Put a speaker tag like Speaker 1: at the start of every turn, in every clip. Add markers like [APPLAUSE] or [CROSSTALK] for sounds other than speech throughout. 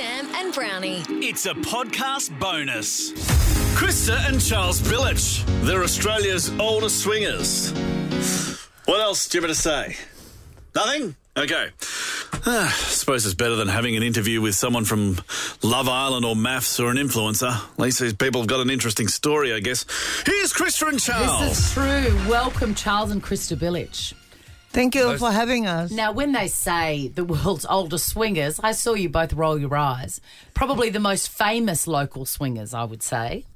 Speaker 1: and Brownie.
Speaker 2: It's a podcast bonus. Krista and Charles Billich.
Speaker 3: They're Australia's oldest swingers. What else do you have to say? Nothing? Okay. Ah, suppose it's better than having an interview with someone from Love Island or Maths or an influencer. At least these people have got an interesting story, I guess. Here's Krista and Charles.
Speaker 4: This is true. Welcome, Charles and Krista Billich.
Speaker 5: Thank you for having us.
Speaker 4: Now, when they say the world's [LAUGHS] oldest swingers, I saw you both roll your eyes. Probably the most famous local swingers, I would say.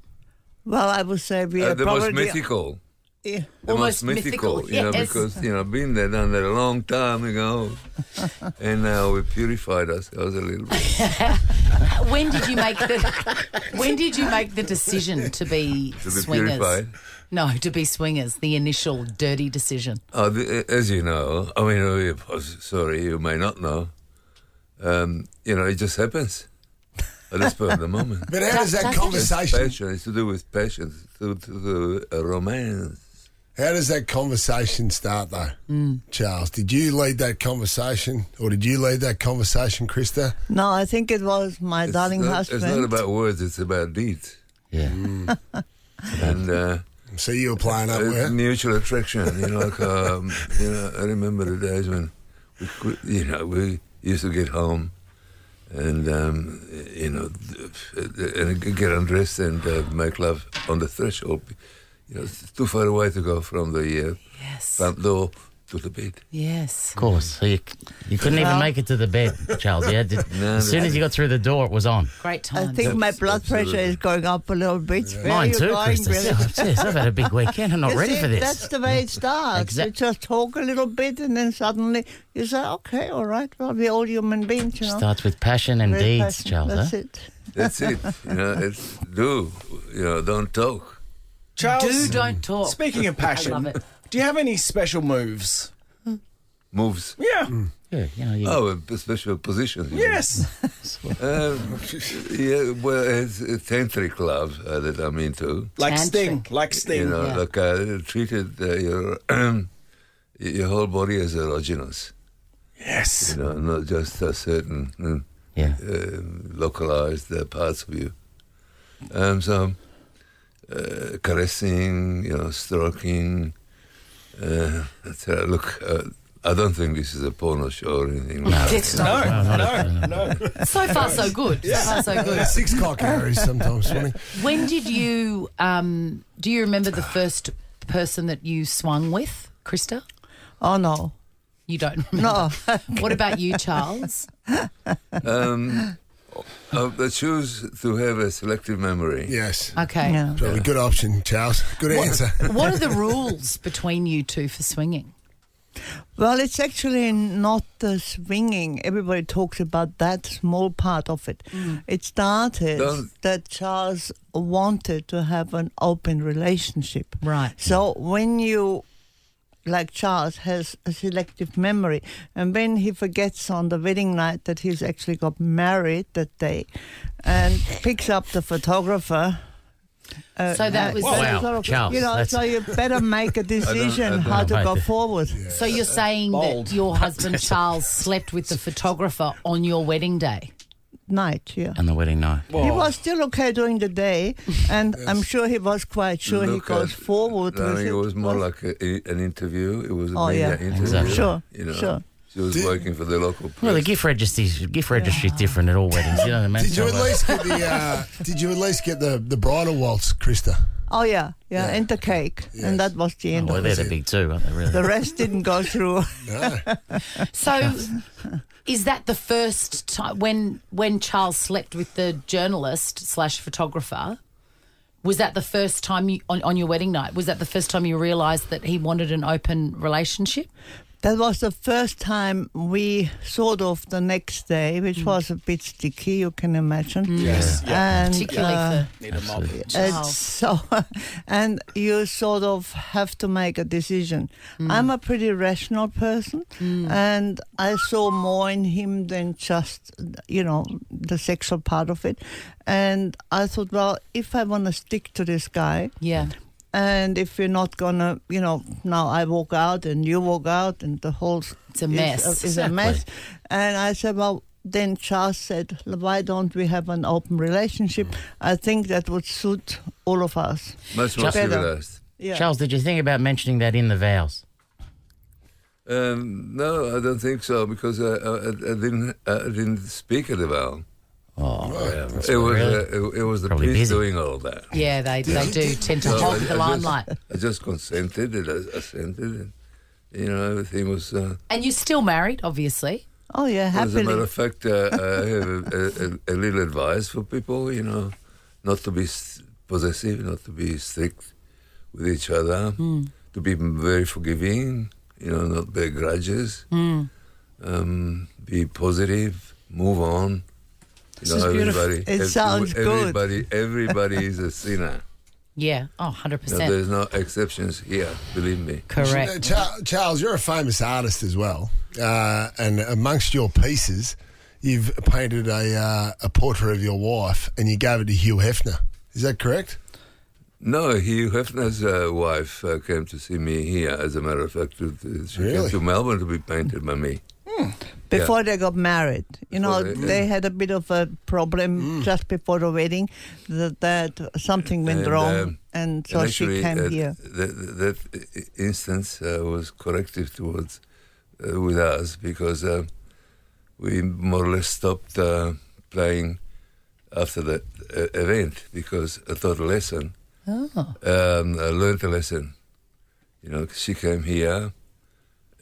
Speaker 5: Well, I would say we
Speaker 6: Uh,
Speaker 5: are
Speaker 6: the
Speaker 5: probably
Speaker 6: most mythical.
Speaker 5: Yeah.
Speaker 6: The
Speaker 4: Almost mythical,
Speaker 6: you know,
Speaker 4: yes.
Speaker 6: because you know, been there, done that a long time ago,
Speaker 5: [LAUGHS]
Speaker 6: and now we purified ourselves a little
Speaker 5: [LAUGHS]
Speaker 6: bit.
Speaker 4: When did you make the [LAUGHS] When did you make the decision to be
Speaker 6: To be
Speaker 4: swingers?
Speaker 6: purified.
Speaker 4: No, to be swingers. The initial dirty decision.
Speaker 6: Uh, the, as you know, I mean, uh, you- oh, sorry, you may not know. Um, you know, it just happens at the spur of
Speaker 5: [LAUGHS]
Speaker 6: the moment.
Speaker 7: But how does that conversation?
Speaker 6: Passion it's to do with passion, it's to, to do uh, romance.
Speaker 7: How does that conversation start, though?
Speaker 4: Mm.
Speaker 7: Charles, did you lead that conversation, or did you lead that conversation, Krista?
Speaker 5: No, I think it was my
Speaker 6: It's
Speaker 5: darling
Speaker 6: not,
Speaker 5: husband.
Speaker 6: It's not about words; it's about deeds. Mm.
Speaker 4: Yeah.
Speaker 5: [LAUGHS]
Speaker 6: And. Uh,
Speaker 7: So you were playing up with
Speaker 6: It's
Speaker 7: her.
Speaker 6: mutual attraction. You know, like, um, you know, I remember the days when, we, could- you know, we used to get home, and um, you know, and get undressed and uh, make love on the threshold. You know, it's too far away to go from the uh,
Speaker 4: Yes.
Speaker 6: front door to the bed.
Speaker 4: Yes.
Speaker 8: Of course. So you, you couldn't even make it to the bed, Charles. You had to,
Speaker 6: No,
Speaker 8: as soon
Speaker 6: no.
Speaker 8: as you got through the door, it was on.
Speaker 4: Great
Speaker 5: I
Speaker 4: time.
Speaker 5: think my blood pressure is
Speaker 6: absolutely.
Speaker 5: going up a little bit. Where
Speaker 8: Mine
Speaker 5: are you
Speaker 8: too,
Speaker 5: going,
Speaker 8: Krista.
Speaker 5: really?
Speaker 8: Yeah, Jeez, I've had a big weekend. I'm not
Speaker 5: You
Speaker 8: ready
Speaker 5: see,
Speaker 8: for
Speaker 5: That's
Speaker 8: this.
Speaker 5: the way it starts.
Speaker 8: Exact-
Speaker 5: You just talk a little bit, and then suddenly you say, "Okay, all right. Well, we're all human beings, you know."
Speaker 8: Starts with passion and
Speaker 5: Very
Speaker 8: deeds,
Speaker 5: passionate. That's
Speaker 8: Charles. huh?
Speaker 5: it.
Speaker 6: That's it. You know, it's do. You know, don't talk.
Speaker 9: Charles,
Speaker 4: Do don't talk.
Speaker 9: speaking of passion,
Speaker 4: I love it.
Speaker 9: do you have any special moves?
Speaker 6: Moves.
Speaker 9: Yeah.
Speaker 8: Yeah, you know, you,
Speaker 6: Oh, a special position.
Speaker 9: Yes.
Speaker 6: Um, yeah, well, it's a tantric love uh, that I'm into.
Speaker 9: Like
Speaker 4: Tantric.
Speaker 9: Sting. Like Sting.
Speaker 6: You know,
Speaker 4: Yeah.
Speaker 6: like uh, treated uh, your [CLEARS THROAT] your whole body as erogenous,
Speaker 9: Yes.
Speaker 6: you know, not just a certain mm,
Speaker 8: yeah.
Speaker 6: uh, localized uh, parts of you. Um, so, uh, caressing, you know, stroking. Uh, that's how I look. Uh, I don't think this is a porno show or anything. Like that.
Speaker 4: It's not-
Speaker 9: No, no, no.
Speaker 4: So far, so good. So far, so good.
Speaker 7: Six cock arrows sometimes,
Speaker 4: [LAUGHS]
Speaker 7: funny.
Speaker 4: When did you? Um, do you remember the first person that you swung with, Krista?
Speaker 5: Oh no,
Speaker 4: You don't remember.
Speaker 8: [LAUGHS]
Speaker 5: no.
Speaker 4: What about you, Charles?
Speaker 6: Um, I I choose to have a selective memory.
Speaker 7: Yes.
Speaker 4: Okay.
Speaker 5: Yeah.
Speaker 7: Probably good option, Charles. Good answer.
Speaker 4: [LAUGHS] What are the rules between you two for swinging?
Speaker 5: Well, it's actually not the swinging. Everybody talks about that small part of it.
Speaker 4: Mm.
Speaker 5: It started
Speaker 6: Don't-
Speaker 5: that Charles wanted to have an open relationship.
Speaker 4: Right.
Speaker 5: So when you, like Charles, has a selective memory, and when he forgets on the wedding night that he's actually got married that day, and picks up the photographer. uh,
Speaker 4: So that
Speaker 5: uh,
Speaker 4: was-
Speaker 5: it's
Speaker 8: Wow,
Speaker 5: sort of-
Speaker 8: Charles,
Speaker 5: you know,
Speaker 8: that's-
Speaker 5: so you better
Speaker 6: [LAUGHS]
Speaker 5: make a decision
Speaker 6: don't
Speaker 5: how
Speaker 8: know
Speaker 5: to
Speaker 8: about
Speaker 5: go
Speaker 8: this.
Speaker 5: forward.
Speaker 4: So you're saying
Speaker 9: Bold.
Speaker 4: that your husband Charles slept with the photographer on your wedding day?
Speaker 5: night, yeah.
Speaker 8: On the wedding night.
Speaker 5: He
Speaker 6: oh.
Speaker 5: was still okay during the day,
Speaker 6: [LAUGHS]
Speaker 5: and I'm sure he was quite sure he
Speaker 6: Look
Speaker 5: goes
Speaker 6: at-
Speaker 5: forward.
Speaker 6: I
Speaker 5: with
Speaker 6: think it was more like a, a- an interview. It was a
Speaker 5: Oh,
Speaker 6: media
Speaker 5: yeah.
Speaker 6: interview.
Speaker 8: Exactly.
Speaker 5: Sure,
Speaker 6: You know,
Speaker 5: sure.
Speaker 6: She was working for the local press.
Speaker 8: Well, the gift registry, gift registry's different at all weddings. You know what I mean?
Speaker 7: Did you
Speaker 8: It's
Speaker 7: at
Speaker 8: not like-
Speaker 7: least get the uh, Did you at least get the the bridal waltz, Krista?
Speaker 5: Oh yeah, yeah, and the cake,
Speaker 7: Yes.
Speaker 5: and that was
Speaker 6: Oh,
Speaker 5: the end.
Speaker 8: Well,
Speaker 5: of it.
Speaker 8: they're the big two, aren't they? Really?
Speaker 5: The rest didn't go
Speaker 6: [LAUGHS]
Speaker 5: through.
Speaker 7: No.
Speaker 4: So is that the first time when when Charles slept with the journalist slash photographer? Was that the first time you, on, on your wedding night? Was that the first time you realised that he wanted an open relationship?
Speaker 5: That was the first time we sort of the next day, which
Speaker 6: Mm.
Speaker 5: was a bit sticky, you can imagine.
Speaker 9: Yes. Yeah.
Speaker 5: And
Speaker 4: Particularly
Speaker 5: uh,
Speaker 4: for
Speaker 9: Need a mop.
Speaker 5: And so, [LAUGHS] and you sort of have to make a decision. I'm a pretty rational person, and I saw more in him than just, you know, the sexual part of it. And I thought, well, if I want to stick to this guy,
Speaker 4: yeah.
Speaker 5: and if we're not gonna, you know, now I walk out and you walk out, and the whole uh,
Speaker 4: It's a mess.
Speaker 5: Is, is a mess. And I said, well, then Charles said, "Why don't we have an open relationship? I think that would suit all of us."
Speaker 6: Much more
Speaker 5: Better.
Speaker 6: civilized.
Speaker 5: Yeah.
Speaker 8: Charles, did you think about mentioning that in the vows?
Speaker 6: Um, no, I don't think so because I, I, I didn't uh, I didn't speak at the vow.
Speaker 7: Right.
Speaker 6: It was
Speaker 8: Oh, Really?
Speaker 6: uh, it, it was the
Speaker 8: Probably
Speaker 6: priest
Speaker 8: busy.
Speaker 6: doing all that.
Speaker 4: Yeah, they, they do tend to hog
Speaker 6: I-
Speaker 4: the
Speaker 6: I just-
Speaker 4: limelight.
Speaker 6: I just consented and I assented, and you know everything was. Uh,
Speaker 4: And you're still married, obviously.
Speaker 5: Oh yeah,
Speaker 6: as a matter
Speaker 5: happily.
Speaker 6: of fact, uh, I have a, a, a little advice for people. You know, not to be s- possessive, not to be strict with each other,
Speaker 5: Hmm.
Speaker 6: to be very forgiving. You know, not bear grudges.
Speaker 5: Hmm.
Speaker 6: Um, be positive. Move on. You
Speaker 5: is beautiful. It
Speaker 6: ev-
Speaker 5: sounds good.
Speaker 6: Everybody, everybody is
Speaker 5: [LAUGHS]
Speaker 6: a sinner.
Speaker 4: Yeah. Oh,
Speaker 6: No,
Speaker 4: 100%.
Speaker 6: there's no exceptions here. Believe me.
Speaker 7: Uh,
Speaker 4: Correct.
Speaker 7: Cha- Charles, you're a famous artist as well, uh, and amongst your pieces, you've painted a uh, a portrait of your wife, and you gave it to Hugh Hefner. Is that correct?
Speaker 6: No, Hugh Hefner's uh, wife uh, came to see me here, as a matter of fact. to- to- She
Speaker 7: Really?
Speaker 6: came to Melbourne to be painted by me.
Speaker 5: Before they got married, you know,
Speaker 6: Before they- Mm.
Speaker 5: they, had a bit of a problem just before the wedding that, that something went
Speaker 6: And,
Speaker 5: wrong,
Speaker 6: um, uh,
Speaker 5: and so
Speaker 6: And
Speaker 5: she came
Speaker 6: that,
Speaker 5: here.
Speaker 6: That, that i- instance uh, was corrective towards uh, with us because uh, we more or less stopped uh, playing after that uh, event because I taught a lesson.
Speaker 5: Oh.
Speaker 6: Um, I learned a lesson. You know, she came here,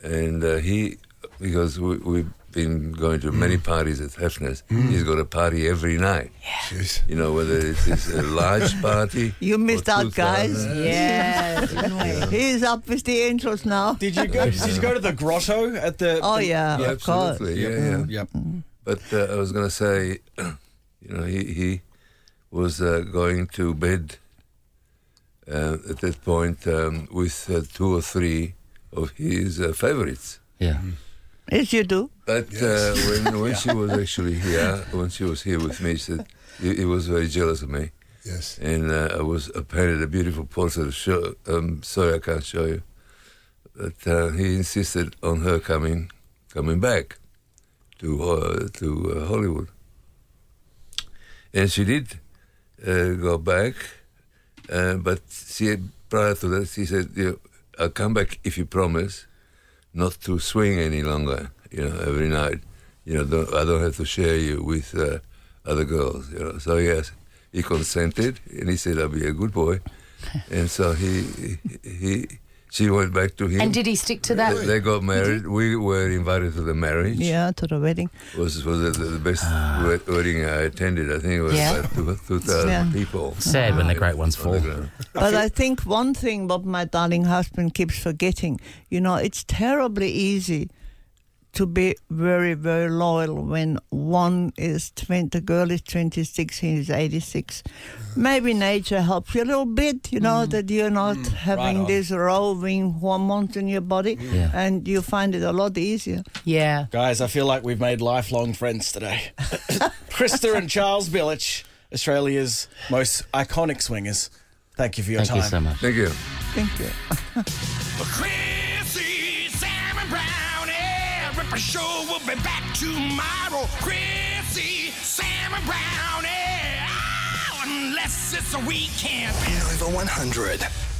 Speaker 6: and uh, he because we, we've been going to many parties at Hefner's. He's got a party every night.
Speaker 7: Jeez.
Speaker 6: You know, whether it is a large
Speaker 5: [LAUGHS]
Speaker 6: party.
Speaker 5: You
Speaker 6: or
Speaker 5: missed out,
Speaker 6: 2,000.
Speaker 5: guys.
Speaker 4: Yeah.
Speaker 5: [LAUGHS] He's up with the angels now.
Speaker 9: Did you go? Did you go to the grotto at the?
Speaker 5: Oh
Speaker 9: the- Mm,
Speaker 5: yeah,
Speaker 6: Yeah,
Speaker 5: of course.
Speaker 6: absolutely. Yeah, mm, yeah.
Speaker 9: Yep.
Speaker 6: But uh, I was going to say, [CLEARS THROAT] you know, he, he was uh, going to bed uh, at that point um, with uh, two or three of his uh, favorites.
Speaker 8: Yeah.
Speaker 5: Yes, you do.
Speaker 6: But uh, when, [LAUGHS] when she was actually here, when she was here with me, she said he, he was very jealous of me.
Speaker 7: Yes.
Speaker 6: And uh, I was I painted a beautiful portrait of show. Um, sorry, I can't show you. But uh, he insisted on her coming, coming back to uh, to uh, Hollywood, and she did uh, go back. Uh, but she had, prior to that, she said, you know, "I'll come back if you promise not to swing any longer. You know, every night. You know, don't, I don't have to share you with uh, other girls. You know." So yes, he consented, and he said, "I'll be a good
Speaker 4: [LAUGHS]
Speaker 6: boy." and so he, he, he, she went back to him.
Speaker 4: And did he stick to
Speaker 6: They-
Speaker 4: that?
Speaker 6: They got married. We were invited to the marriage.
Speaker 5: Yeah, to the wedding.
Speaker 6: Was was the, the best
Speaker 8: Ah.
Speaker 6: wed- wedding I attended. I think it was
Speaker 4: Yeah.
Speaker 6: about two- two thousand
Speaker 5: Yeah.
Speaker 6: people.
Speaker 8: Sad when the great ones
Speaker 6: on the
Speaker 8: fall.
Speaker 6: ground.
Speaker 5: But I think one thing what my darling husband keeps forgetting, you know, it's terribly easy to be very, very loyal when one is 20, the girl is 26, he is 86. Maybe nature helps you a little bit, you know, that you're not having
Speaker 9: on.
Speaker 5: these roving hormones in your body
Speaker 8: Yeah.
Speaker 5: and you find it a lot easier.
Speaker 4: Yeah.
Speaker 9: Guys, I feel like we've made lifelong friends today. [LAUGHS] Krista and Charles Billich, Australia's most iconic swingers. Thank you for your
Speaker 8: Thank
Speaker 9: time.
Speaker 8: you so much.
Speaker 6: Thank you.
Speaker 5: Thank you.
Speaker 2: Chrissy, Sam and Brownie. Ripper Show will be back tomorrow. Chrissy, Sam and Brownie. Oh, unless it's a weekend.
Speaker 1: Over 100.